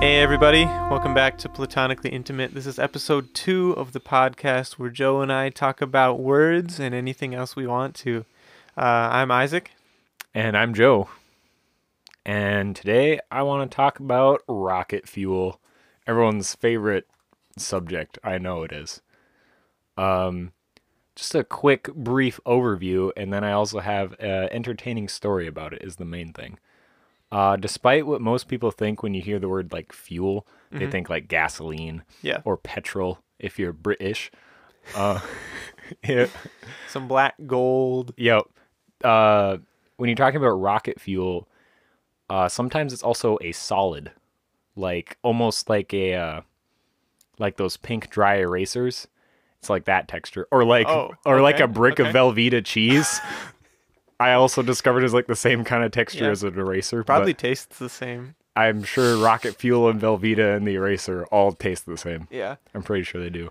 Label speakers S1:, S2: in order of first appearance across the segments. S1: Hey, everybody. Welcome back to Platonically Intimate. This is episode two of the podcast where Joe and I talk about words and anything else we want to. Uh, I'm Isaac.
S2: And I'm Joe. And today I want to talk about rocket fuel, everyone's favorite subject. I know it is. Um, just a quick, brief overview, and then I also have an entertaining story about it, is the main thing. Uh, despite what most people think when you hear the word like fuel, they think like gasoline
S1: Yeah.
S2: or petrol if you're British. Uh, it-
S1: Some black gold.
S2: Yep. Uh, when you're talking about rocket fuel, uh, sometimes it's also a solid, like almost like a uh, like those pink dry erasers. It's like that texture, or like
S1: Oh,
S2: or like
S1: okay,
S2: a brick
S1: okay.
S2: of Velveeta cheese. I also discovered is like the same kind of texture
S1: Yeah.
S2: as an eraser. but
S1: Probably tastes the same.
S2: I'm sure rocket fuel and Velveeta and the eraser all taste the same.
S1: Yeah.
S2: I'm pretty sure they do.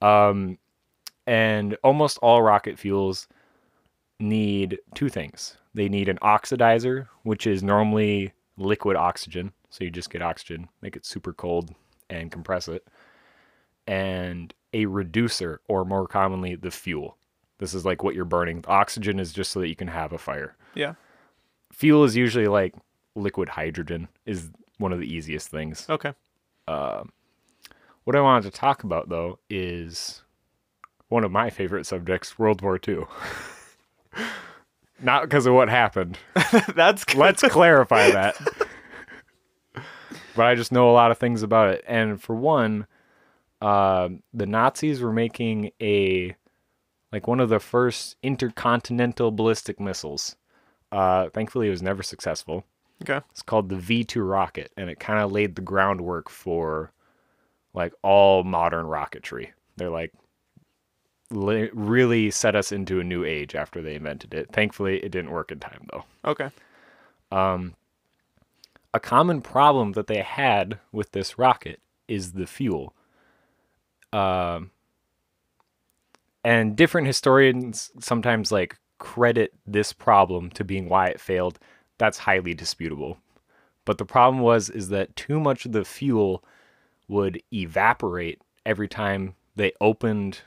S2: Um, and almost all rocket fuels need two things. They need an oxidizer, which is normally liquid oxygen. So you just get oxygen, make it super cold, and compress it. And a reducer, or more commonly, the fuel. This is like what you're burning. The oxygen is just so that you can have a fire.
S1: Yeah.
S2: Fuel is usually like liquid hydrogen, is one of the easiest things.
S1: Okay.
S2: What I wanted to talk about though is one of my favorite subjects, World War II. Not because of what happened.
S1: That's good.
S2: Let's clarify that. but I just know a lot of things about it. And for one, uh, the Nazis were making a like one of the first intercontinental ballistic missiles. Uh, thankfully, it was never successful.
S1: Okay.
S2: It's called the V2 rocket, and it kind of laid the groundwork for like all modern rocketry. They're like li- really set us into a new age after they invented it. Thankfully, it didn't work in time though.
S1: Okay.
S2: A common problem that they had with this rocket is the fuel. Um, and different historians sometimes like credit this problem to being why it failed. That's highly disputable. But the problem was is that too much of the fuel would evaporate every time they opened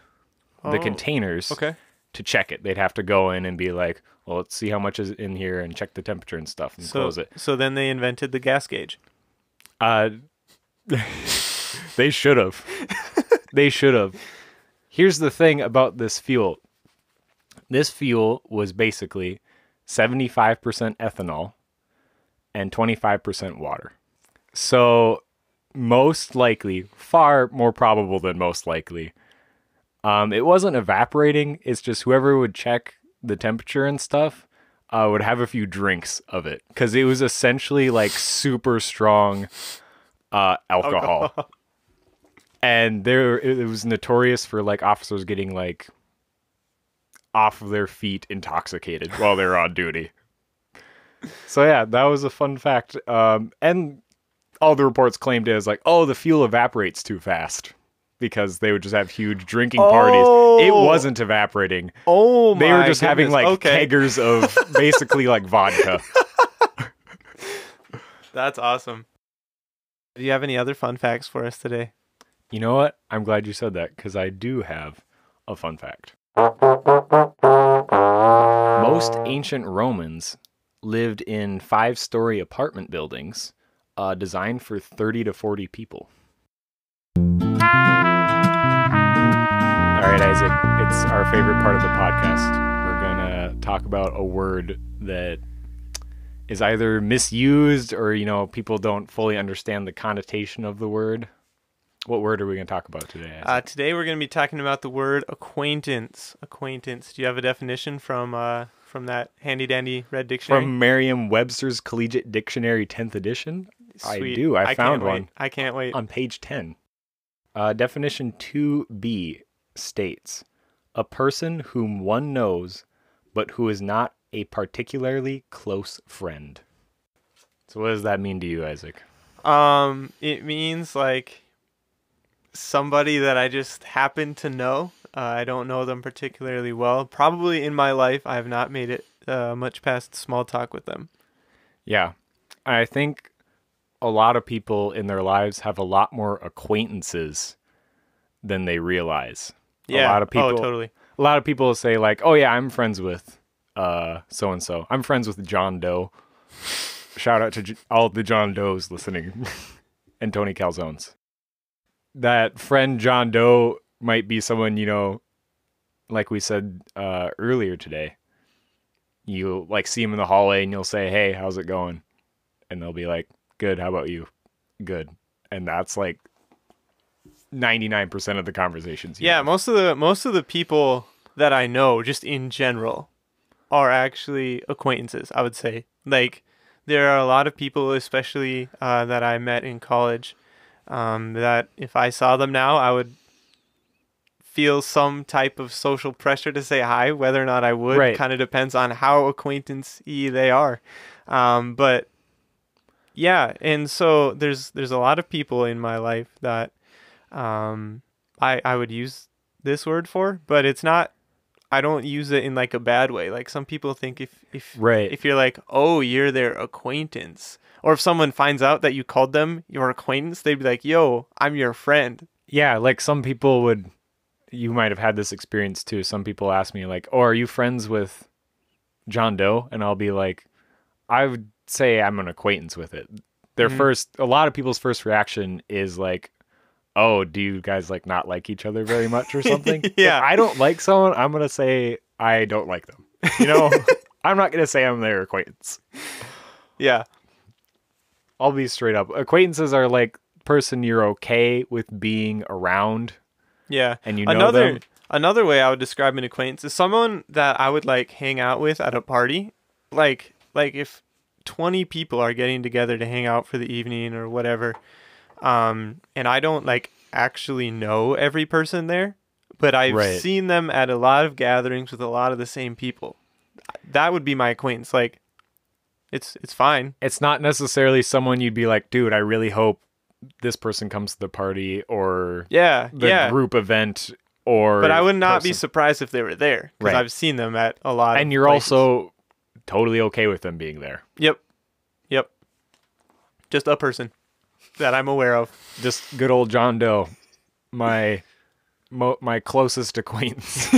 S2: the
S1: Oh,
S2: containers
S1: Okay.
S2: to check it. They'd have to go in and be like, "Well, let's see how much is in here and check the temperature and stuff and
S1: So,
S2: close it."
S1: so then they invented the gas gauge.
S2: Uh, they should have. they should have. Here's the thing about this fuel. This fuel was basically 75% ethanol and 25% water. So, most likely, far more probable than most likely, um, it wasn't evaporating. It's just whoever would check the temperature and stuff uh, would have a few drinks of it because it was essentially like super strong uh, alcohol. And there, it it was notorious for like officers getting like off of their feet intoxicated while they were on duty. So yeah, that was a fun fact. Um, and all the reports claimed it as like, oh, the fuel evaporates too fast because they would just have huge drinking parties. It
S1: Oh.
S2: wasn't evaporating.
S1: Oh my
S2: They were just having
S1: goodness.
S2: like
S1: okay.
S2: keggers of basically like vodka.
S1: That's awesome. Do you have any other fun facts for us today?
S2: You know what? I'm glad you said that because I do have a fun fact. Most ancient Romans lived in five story apartment buildings uh, designed for 30 to 40 people. All right, Isaac, it's our favorite part of the podcast. We're going to talk about a word that is either misused or, you know, people don't fully understand the connotation of the word. What word are we going to talk about today? Isaac?
S1: Uh, today we're going to be talking about the word acquaintance. Acquaintance. Do you have a definition from uh, from that handy dandy red dictionary?
S2: From Merriam Webster's Collegiate Dictionary 10th edition? I
S1: Sweet.
S2: do. I,
S1: can't
S2: found
S1: wait.
S2: one
S1: I can't wait.
S2: on page 10. Uh, definition 2b states a person whom one knows, but who is not a particularly close friend. So, what does that mean to you, Isaac?
S1: Um, it means like somebody that I just happen to know. Uh, I don't know them particularly well. Probably in my life, I have not made it uh, much past small talk with them.
S2: Yeah. I think a lot of people in their lives have a lot more acquaintances than they realize.
S1: Yeah.
S2: A lot of people
S1: Oh, totally.
S2: a lot of people say like, "Oh yeah, I'm friends with uh so and so. I'm friends with John Doe." Shout out to J- all the John Does listening and Tony Calzones. That friend John Doe might be someone, you know, like we said uh earlier today. You like see him in the hallway and you'll say, "Hey, how's it going?" And they'll be like, "Good. How about you?" "Good." And that's like 99% of the conversations. you
S1: Yeah,
S2: have.
S1: most of the most of the people that I know, just in general, are actually acquaintances. I would say like there are a lot of people, especially uh, that I met in college, um, that if I saw them now, I would feel some type of social pressure to say hi. Whether or not I would
S2: Right.
S1: kind of depends on how acquaintance-y they are. Um, but yeah, and so there's there's a lot of people in my life that um, I I would use this word for, but it's not. I don't use it in like a bad way. Like some people think if if
S2: Right.
S1: if you're like oh you're their acquaintance, or if someone finds out that you called them your acquaintance, they'd be like yo I'm your friend.
S2: yeah, like some people would you might have had this experience too. Some people ask me like, "Oh, are you friends with John Doe?" and I'll be like, I would say I'm an acquaintance with it. Their
S1: Mm-hmm.
S2: first a lot of people's first reaction is like, "Oh, do you guys like not like each other very much or something?"
S1: Yeah.
S2: If I don't like someone, I'm going to say I don't like them. You know, I'm not going to say I'm their acquaintance.
S1: Yeah.
S2: I'll be straight up. Acquaintances are like person you're okay with being around
S1: Yeah.
S2: and you know
S1: another
S2: them.
S1: another way I would describe an acquaintance is someone that I would like hang out with at a party. Like like if 20 people are getting together to hang out for the evening or whatever. Um and I don't like actually know every person there, but I've
S2: Right.
S1: seen them at a lot of gatherings with a lot of the same people. That would be my acquaintance like it's it's fine.
S2: it's not necessarily someone you'd be like, dude, I really hope this person comes to the party or
S1: Yeah.
S2: the
S1: yeah.
S2: group event or.
S1: but I would not be
S2: person.
S1: surprised if they were there because
S2: Right.
S1: I've seen them at a lot. of
S2: And you're
S1: places.
S2: also totally okay with them being there.
S1: Yep. Yep. Just a person that I'm aware of.
S2: Just good old John Doe, my mo- my closest acquaintance.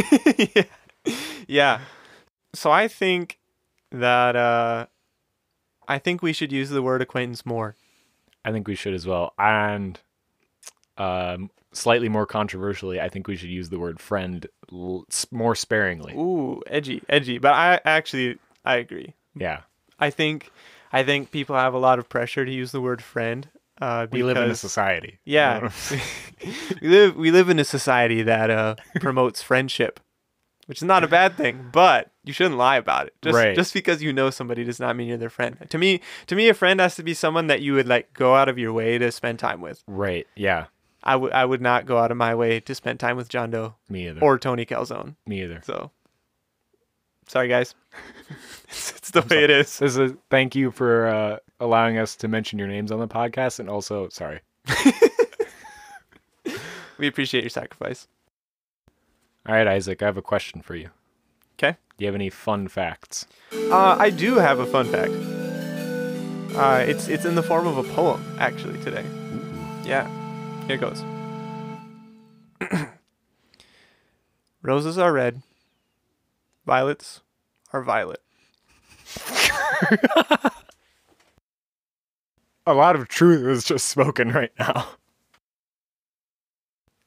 S1: Yeah. So I think that uh I think we should use the word acquaintance more.
S2: I think we should as well. And um, slightly more controversially, I think we should use the word friend l- s- more sparingly.
S1: Ooh, edgy, edgy. But I actually I agree.
S2: Yeah.
S1: I think I think people have a lot of pressure to use the word friend. Uh,
S2: We live in a
S1: because-
S2: society.
S1: Yeah. we live we live in a society that uh, promotes friendship, which is not a bad thing, but you shouldn't lie about it. Just
S2: Right.
S1: just because you know somebody does not mean you're their friend. To me, to me a friend has to be someone that you would like go out of your way to spend time with.
S2: Right. Yeah.
S1: I would I would not go out of my way to spend time with John Doe
S2: Me either.
S1: or Tony Calzone.
S2: me either.
S1: So Sorry guys. it's the way it is.
S2: This is thank you for uh, allowing us to mention your names on the podcast, and also sorry.
S1: We appreciate your sacrifice.
S2: All right, Isaac, I have a question for you.
S1: 'Kay.
S2: Do you have any fun facts?
S1: Uh, I do have a fun fact. Uh, it's it's in the form of a poem actually today. Yeah, here goes. Roses are red. Violets are violet.
S2: A lot of truth was just spoken right now.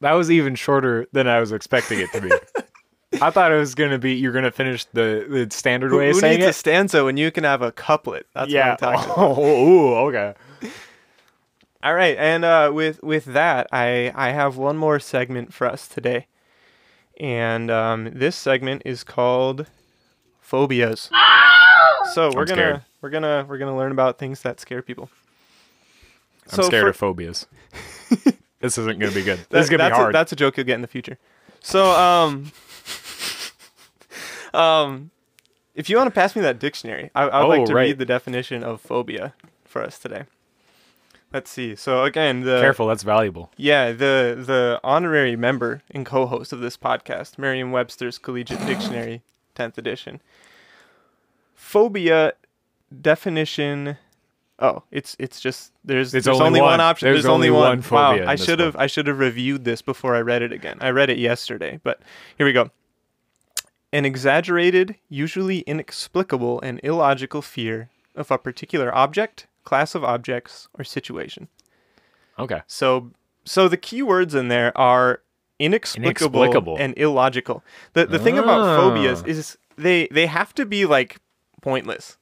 S2: That was even shorter than I was expecting it to be. I thought it was gonna be you're gonna finish the, the standard
S1: Who,
S2: way of
S1: who
S2: saying
S1: needs a
S2: it.
S1: stanza when you can have a couplet? That's
S2: yeah.
S1: what I'm talking. about.
S2: ooh, okay.
S1: All right, and uh, with with that, I I have one more segment for us today, and um, this segment is called phobias. So we're gonna
S2: scared.
S1: we're gonna we're gonna learn about things that scare people.
S2: I'm scared of phobias. this isn't gonna be good. This
S1: That-
S2: is gonna be
S1: that's a-
S2: hard.
S1: that's a joke you'll get in the future. So, um, um, if you want to pass me that dictionary, I, I would
S2: Oh,
S1: like to
S2: right.
S1: read the definition of phobia for us today. Let's see. So again, the
S2: Careful, that's valuable.
S1: yeah the the honorary member and co-host of this podcast, Merriam-Webster's Collegiate Dictionary, tenth edition. Phobia definition Oh, it's it's just there's
S2: It's
S1: there's only, one, option. There's, only, one.
S2: phobia in
S1: wow, I
S2: this
S1: should have I should have reviewed this before I read it again. I read it yesterday, but here we go. An exaggerated, usually inexplicable and illogical fear of a particular object, class of objects, or situation.
S2: Okay.
S1: So so the key words in there are inexplicable,
S2: Inexplicable.
S1: and illogical. The the thing about phobias
S2: Ah.
S1: is they they have to be like pointless.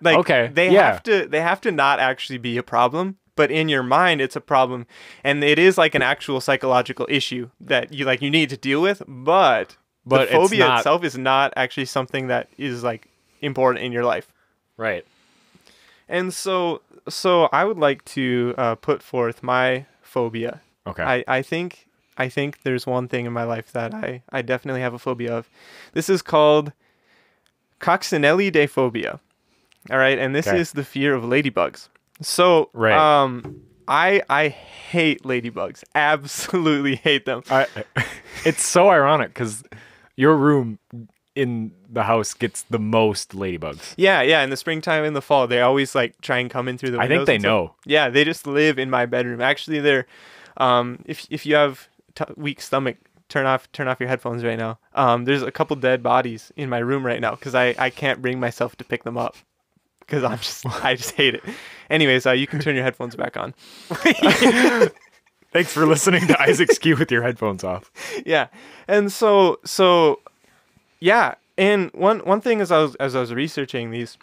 S1: Like
S2: Okay,
S1: they
S2: yeah.
S1: have to they have to not actually be a problem, but in your mind it's a problem and it is like an actual psychological issue that you like you need to deal with, but
S2: But
S1: the
S2: it's
S1: phobia
S2: not-
S1: itself is not actually something that is like important in your life.
S2: Right.
S1: And so so I would like to uh, put forth my phobia
S2: Okay.
S1: I, I think I think there's one thing in my life that I, I definitely have a phobia of. This is called coccinellidae phobia. All right, and this
S2: Okay.
S1: is the fear of ladybugs. So
S2: Right.
S1: um I I hate ladybugs. Absolutely hate them.
S2: I, it's so ironic because your room in the house gets the most ladybugs.
S1: Yeah, yeah, in the springtime and the fall, they always like try and come in through the
S2: I
S1: windows.
S2: think they
S1: and stuff.
S2: know.
S1: Yeah, they just live in my bedroom. Actually, they're um, if if you have t- weak stomach, turn off turn off your headphones right now. Um, there's a couple dead bodies in my room right now because I I can't bring myself to pick them up because I'm just I just hate it. Anyways, uh, you can turn your headphones back on.
S2: Thanks for listening to Isaac's Q with your headphones off.
S1: yeah and so so yeah and one one thing as i was as i was researching these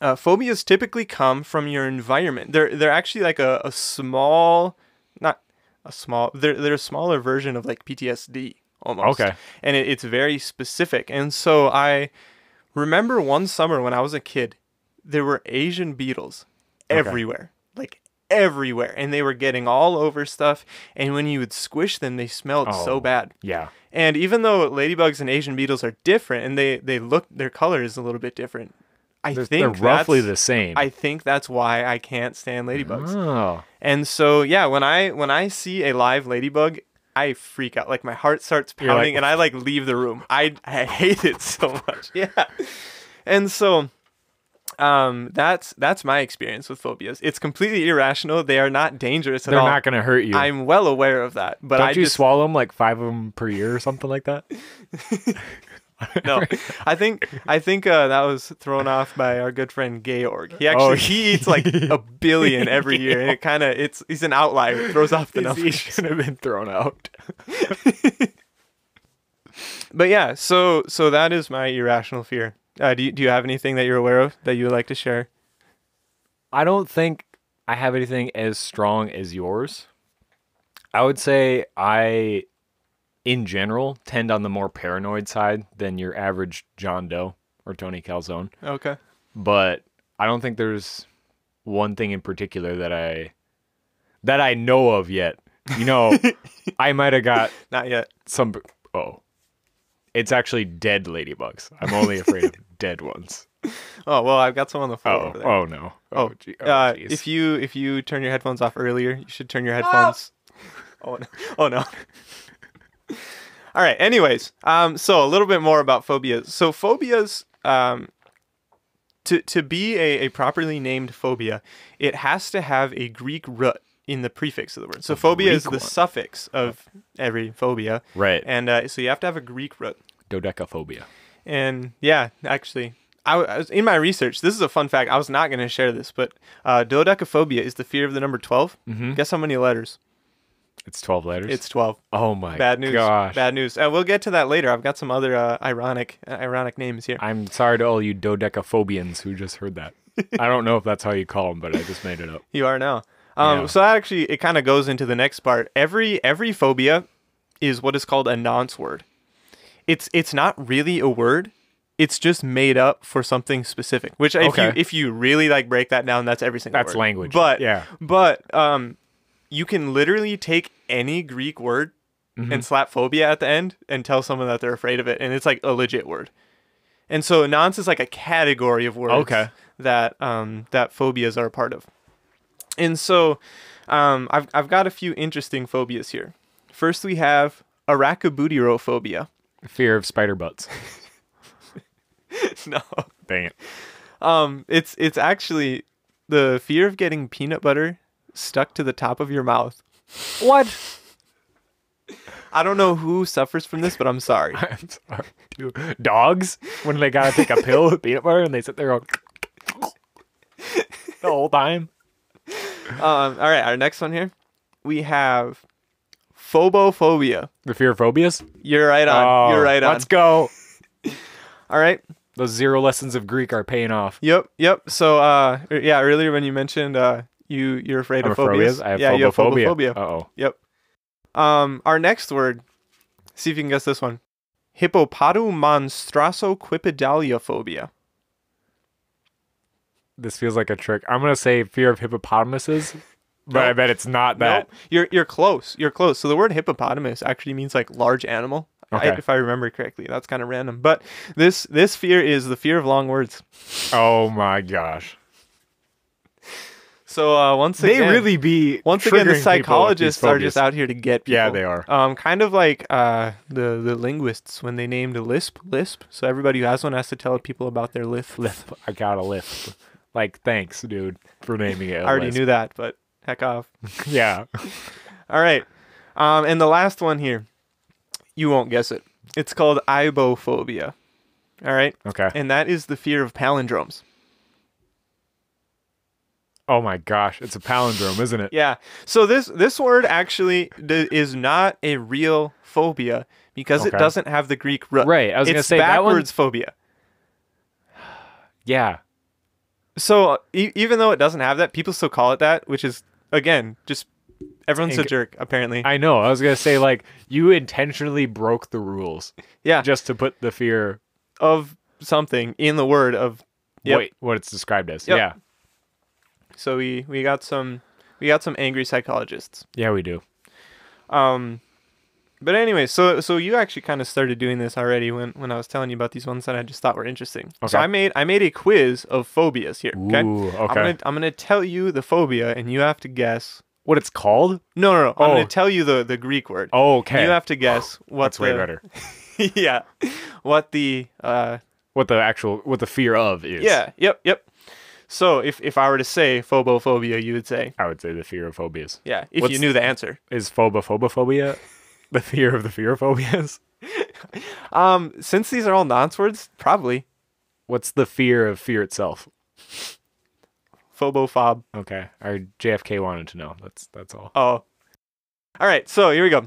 S1: uh, phobias typically come from your environment they're they're actually like a, a small not a small they're they're a smaller version of like ptsd almost
S2: Okay.
S1: and it, it's very specific and so i remember one summer when i was a kid there were asian beetles everywhere like everywhere and they were getting all over stuff and when you would squish them they smelled so
S2: Oh.
S1: bad
S2: Yeah.
S1: and even though ladybugs and Asian beetles are different, and they they look their color is a little bit different, I
S2: They're,
S1: think
S2: they're roughly the
S1: that's-
S2: same.
S1: I think that's why I can't stand ladybugs.
S2: oh.
S1: And so yeah, when I when I see a live ladybug, I freak out. Like my heart starts
S2: You're like-
S1: pounding, and I like leave the room. I I hate it so much. Yeah. And so. Um, that's that's my experience with phobias. It's completely irrational. They are not dangerous at
S2: They're
S1: all.
S2: not going to hurt you.
S1: I'm well aware of that, but
S2: Don't
S1: I
S2: you
S1: just
S2: swallow them like five of them per year or something like that?
S1: No, I think I think uh, that was thrown off by our good friend Georg. He actually
S2: Oh,
S1: he eats like a billion every year, and it kind of it's he's an outlier. It throws off the
S2: He
S1: numbers.
S2: should have been thrown out.
S1: But yeah, so so that is my irrational fear. Uh, do you, do you have anything that you're aware of that you would like to share?
S2: I don't think I have anything as strong as yours. I would say I, in general, tend on the more paranoid side than your average John Doe or Tony Calzone.
S1: Okay.
S2: But I don't think there's one thing in particular that I that I know of yet. You know, I might have got
S1: Not yet.
S2: some. Oh, it's actually dead ladybugs. I'm only afraid of dead ones.
S1: Oh well, I've got some on the floor
S2: Oh,
S1: over there.
S2: oh no.
S1: Oh,
S2: gee-
S1: uh,
S2: jeez. Ah!
S1: if you if you turn your headphones off earlier, you should turn your headphones. Oh no! Oh no! All right. Anyways, um, so a little bit more about phobias. So phobias, um, to to be a, a properly named phobia, it has to have a Greek root in the prefix of the word. So phobia is the
S2: Greek one.
S1: suffix of every phobia,
S2: right,
S1: and uh, so you have to have a Greek root.
S2: dodecaphobia.
S1: And yeah, actually, I, w- I was in my research. This is a fun fact. I was not going to share this, but uh, dodecaphobia is the fear of the number 12 Guess how many letters?
S2: It's 12 letters.
S1: It's twelve.
S2: oh my
S1: Bad news.
S2: gosh.
S1: Bad news. Uh, we'll get to that later. I've got some other uh, ironic, uh, ironic names here.
S2: I'm sorry to all you dodecaphobians who just heard that. I don't know if that's how you call them, but I just made it up.
S1: You are now. Um,
S2: Yeah.
S1: So that actually, it kind of goes into the next part. Every every phobia is what is called a nonce word. It's it's not really a word. It's just made up for something specific. Which if you
S2: Okay.
S1: if you really like break that down, that's every single
S2: That's
S1: word.
S2: language.
S1: But
S2: Yeah.
S1: But um, you can literally take any Greek word and slap phobia at the end and tell someone that they're afraid of it, and it's like a legit word. And so nonce is like a category of words
S2: Okay.
S1: that um, that phobias are a part of. And so um, I've, I've got a few interesting phobias here. First, we have arachibudirophobia.
S2: Fear of spider butts.
S1: no,
S2: Dang it.
S1: um, it's it's actually the fear of getting peanut butter stuck to the top of your mouth.
S2: What?
S1: I don't know who suffers from this, but I'm sorry.
S2: I'm sorry. Dude, Dogs, when they gotta take a pill with peanut butter and they sit there going the whole time.
S1: Um, all right, our next one here, we have phobophobia.
S2: The fear of phobias?
S1: You're right on. You're
S2: Oh,
S1: right on.
S2: Let's go.
S1: All right.
S2: Those zero lessons of Greek are paying off.
S1: Yep. Yep. So, uh, er, yeah, earlier when you mentioned uh, you you're afraid
S2: I'm
S1: of phobias.
S2: phobias. I have
S1: yeah, you have
S2: phobophobia.
S1: phobophobia.
S2: Uh oh.
S1: Yep. Um, our next word. See if you can guess this one. Hippopotamonstrosoquipedaliophobia.
S2: This feels like a trick. I'm gonna say fear of hippopotamuses, but I
S1: Nope.
S2: bet it's not that.
S1: Nope. You're you're close. You're close. So the word hippopotamus actually means like large animal. I-
S2: Okay.
S1: if I remember correctly, that's kind of random. But this this fear is the fear of long words.
S2: Oh my gosh.
S1: So uh, once
S2: They
S1: again,
S2: really be
S1: once again
S2: triggering people
S1: the
S2: with these
S1: psychologists are just
S2: phobias.
S1: out here to get people.
S2: Yeah, they are.
S1: Um, kind of like uh, the the linguists when they named Lisp Lisp. So everybody who has one has to tell people about their Lisp.
S2: Lisp. I got a lisp. Like thanks, dude, for naming it.
S1: I already knew that, but heck off.
S2: Yeah.
S1: All right. Um, and the last one here, you won't guess it. It's called ibophobia. All right.
S2: Okay.
S1: And that is the fear of palindromes.
S2: Oh my gosh, it's a palindrome, isn't it?
S1: Yeah. So this this word actually d- is not a real phobia because it
S2: Okay.
S1: doesn't have the Greek root.
S2: Right, I was gonna
S1: It's
S2: say, that one-
S1: backwards phobia.
S2: Yeah.
S1: So e- even though it doesn't have that, people still call it that, which is again just everyone's a
S2: Inc-
S1: jerk apparently.
S2: I know. I was gonna say like you intentionally broke the rules
S1: yeah,
S2: just to put the fear
S1: of something in the word of. Yep.
S2: what what it's described as.
S1: Yep.
S2: Yeah.
S1: So we we got some we got some angry psychologists.
S2: Yeah, we do.
S1: Um, but anyway, so so you actually kind of started doing this already when when I was telling you about these ones that I just thought were interesting. So
S2: Okay.
S1: I made I made a quiz of phobias here. Okay.
S2: Ooh,
S1: I'm
S2: okay.
S1: gonna I'm gonna tell you the phobia and you have to guess.
S2: What it's called?
S1: No, no, no. I'm
S2: Oh.
S1: gonna tell you the the Greek word.
S2: Oh, okay.
S1: You have to guess what
S2: That's way
S1: the-
S2: better.
S1: yeah. What the uh
S2: What the actual what the fear of is.
S1: yeah, yep, yep. So if if I were to say phobophobia, you would say
S2: I would say the fear of phobias.
S1: yeah, if you
S2: What's-
S1: knew the answer.
S2: Is phobophobophobia the fear of the fear of phobias?
S1: Um since these are all nonce words, probably
S2: What's the fear of fear itself?
S1: phobophob.
S2: Okay. Our JFK wanted to know. That's that's all.
S1: Oh. All right, so here we go.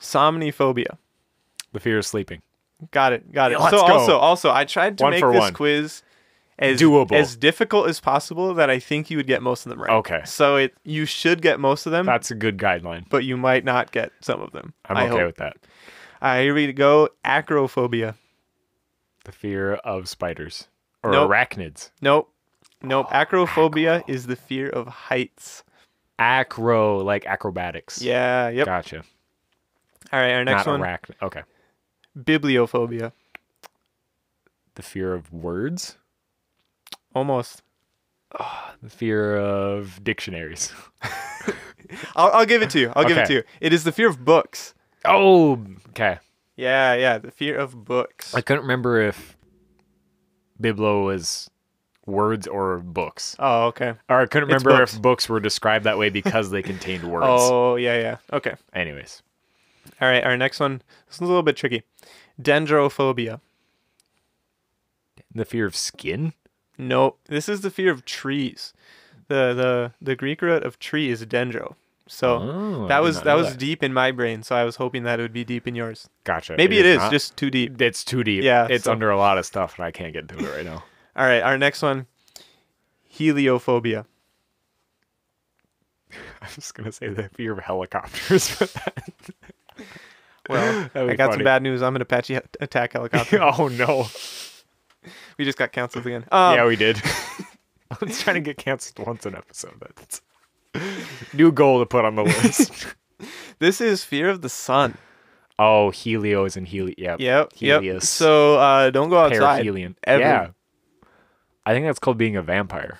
S1: Somniphobia.
S2: The fear of sleeping.
S1: Got it. Got it.
S2: Yeah, let's
S1: so
S2: go.
S1: also, also, I tried to
S2: One
S1: make
S2: for
S1: this
S2: one.
S1: quiz as
S2: Doable.
S1: as difficult as possible that I think you would get most of them right.
S2: Okay.
S1: So it you should get most of them,
S2: That's a good guideline.
S1: but you might not get some of them.
S2: I'm
S1: I
S2: okay
S1: hope.
S2: with that.
S1: Uh, here we go. Acrophobia.
S2: The fear of spiders or
S1: Nope.
S2: arachnids.
S1: Nope. Nope.
S2: Oh,
S1: Acrophobia is the fear of heights.
S2: Acro, like acrobatics.
S1: Yeah. Yep.
S2: Gotcha.
S1: All right. Our next
S2: Not
S1: one.
S2: arachn- Okay.
S1: Bibliophobia.
S2: The fear of words.
S1: Almost.
S2: The fear of dictionaries.
S1: I'll, I'll give it to you. I'll give it
S2: Okay.
S1: to you. It is the fear of books.
S2: Oh, okay.
S1: Yeah, yeah, the fear of books.
S2: I couldn't remember if Biblo was words or books.
S1: oh, okay.
S2: Or I couldn't
S1: It's
S2: remember
S1: books.
S2: if books were described that way because they contained words.
S1: Oh, yeah, yeah. Okay.
S2: Anyways,
S1: All right, our next one. This one's a little bit tricky. Dendrophobia.
S2: the fear of skin.
S1: Nope. This is the fear of trees. The the the Greek root of tree is dendro. So
S2: Oh, I
S1: that
S2: did
S1: was
S2: not
S1: that
S2: know
S1: was deep in my brain, so I was hoping that it would be deep in yours.
S2: Gotcha.
S1: Maybe it is
S2: not.
S1: just too deep.
S2: it's too deep.
S1: Yeah,
S2: it's
S1: so-
S2: under a lot of stuff, and I can't get to it right now.
S1: All right, our next one. Heliophobia.
S2: I was gonna say the fear of helicopters. but that-
S1: Well,
S2: That'd
S1: I
S2: be
S1: got some
S2: funny.
S1: bad news. I'm an Apache he- attack helicopter.
S2: oh no!
S1: We just got canceled again. Um,
S2: yeah, we did. I was trying to get canceled once an episode. That's new goal to put on the list.
S1: This is fear of the sun.
S2: oh, Helio is in Heli. Yep.
S1: Yep. Yep.
S2: Helios.
S1: So uh, don't go outside.
S2: Perihelion.
S1: Ever.
S2: Yeah. I think that's called being a vampire.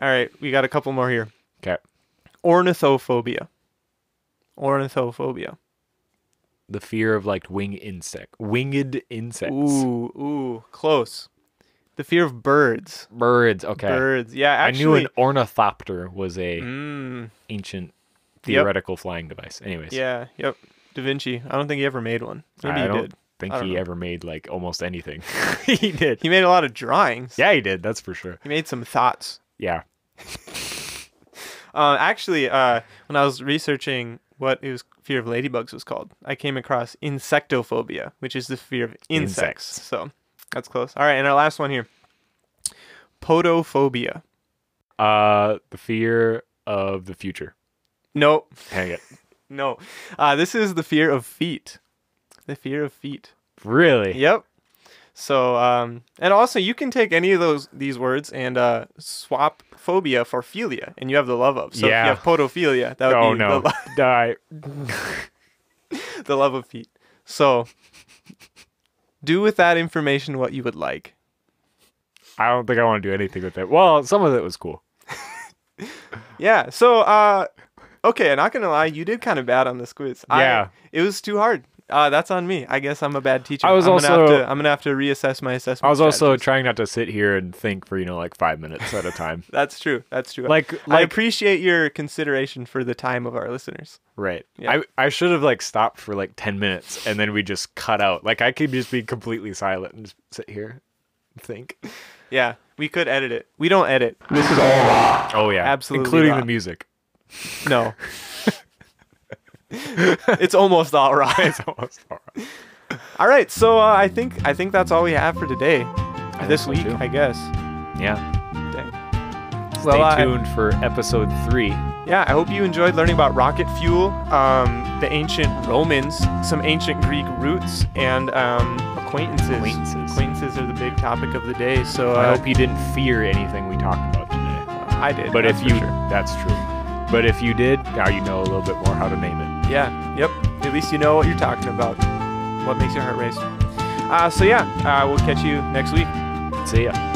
S1: All right, we got a couple more here.
S2: 'Kay.
S1: Ornithophobia. Ornithophobia.
S2: The fear of like wing insect, winged insects.
S1: Ooh, ooh, close. The fear of birds.
S2: Birds. Okay.
S1: Birds. Yeah,
S2: I knew
S1: actually.
S2: an ornithopter was a
S1: Mm,
S2: ancient theoretical flying device. Anyways,
S1: yeah. Yep. Da Vinci. I don't think he ever made one. Maybe
S2: I
S1: he
S2: don't
S1: did.
S2: think
S1: I don't
S2: he
S1: know.
S2: ever made like almost anything. he did.
S1: He made a lot of drawings.
S2: Yeah, he did. That's for sure.
S1: He made some thoughts.
S2: Yeah.
S1: Uh, actually, uh, when I was researching what it was fear of ladybugs was called, I came across insectophobia, which is the fear of insects.
S2: Insects.
S1: So that's close. All right, and our last one here, podophobia.
S2: Uh, the fear of the future.
S1: No,
S2: Hang it.
S1: no, uh, this is the fear of feet. The fear of feet.
S2: Really?
S1: Yep. So, um, and also you can take any of those these words and uh, swap phobia for philia, and you have the love of. So
S2: Yeah.
S1: if you have podophilia, that would
S2: Oh
S1: be the,
S2: no.
S1: lo-
S2: Die.
S1: the love of feet. So, do with that information what you would like.
S2: I don't think I want to do anything with it. Well, some of it was cool.
S1: Yeah. So, uh, okay, I'm not gonna lie, you did kind of bad on this quiz.
S2: Yeah.
S1: I, it was too hard. Uh, that's on me. I guess I'm a bad teacher.
S2: I was
S1: I'm Gonna
S2: also-
S1: have to, I'm gonna have to reassess my assessment.
S2: I was also
S1: strategies.
S2: trying not to sit here and think for you know like five minutes at a time.
S1: That's true. That's true.
S2: Like-
S1: I
S2: like-
S1: appreciate your consideration for the time of our listeners.
S2: Right.
S1: Yeah.
S2: I I should have like stopped for like ten minutes and then we just cut out. Like I could just be completely silent and just sit here, and think.
S1: Yeah, we could edit it. We don't edit.
S2: Oh yeah,
S1: Absolutely
S2: including
S1: not.
S2: the music.
S1: No. it's almost all right.
S2: It's almost all right.
S1: All right, so uh, I think I think that's all we have for today, this
S2: think
S1: week,
S2: so, too.
S1: I guess.
S2: Yeah.
S1: Dang.
S2: Stay
S1: Well, I-
S2: tuned for episode three.
S1: Yeah, I hope you enjoyed learning about rocket fuel, um, the ancient Romans, some ancient Greek roots, and um, acquaintances.
S2: Acquaintances.
S1: Acquaintances are the big topic of the day. So uh,
S2: I hope you didn't fear anything we talked about today.
S1: I did.
S2: But
S1: that's
S2: if
S1: for
S2: you,
S1: sure.
S2: that's true. But if you did, now you know a little bit more how to name it.
S1: yeah, yep. At least you know what you're talking about. What makes your heart race? Uh, so yeah, uh, we'll catch you next week.
S2: See ya.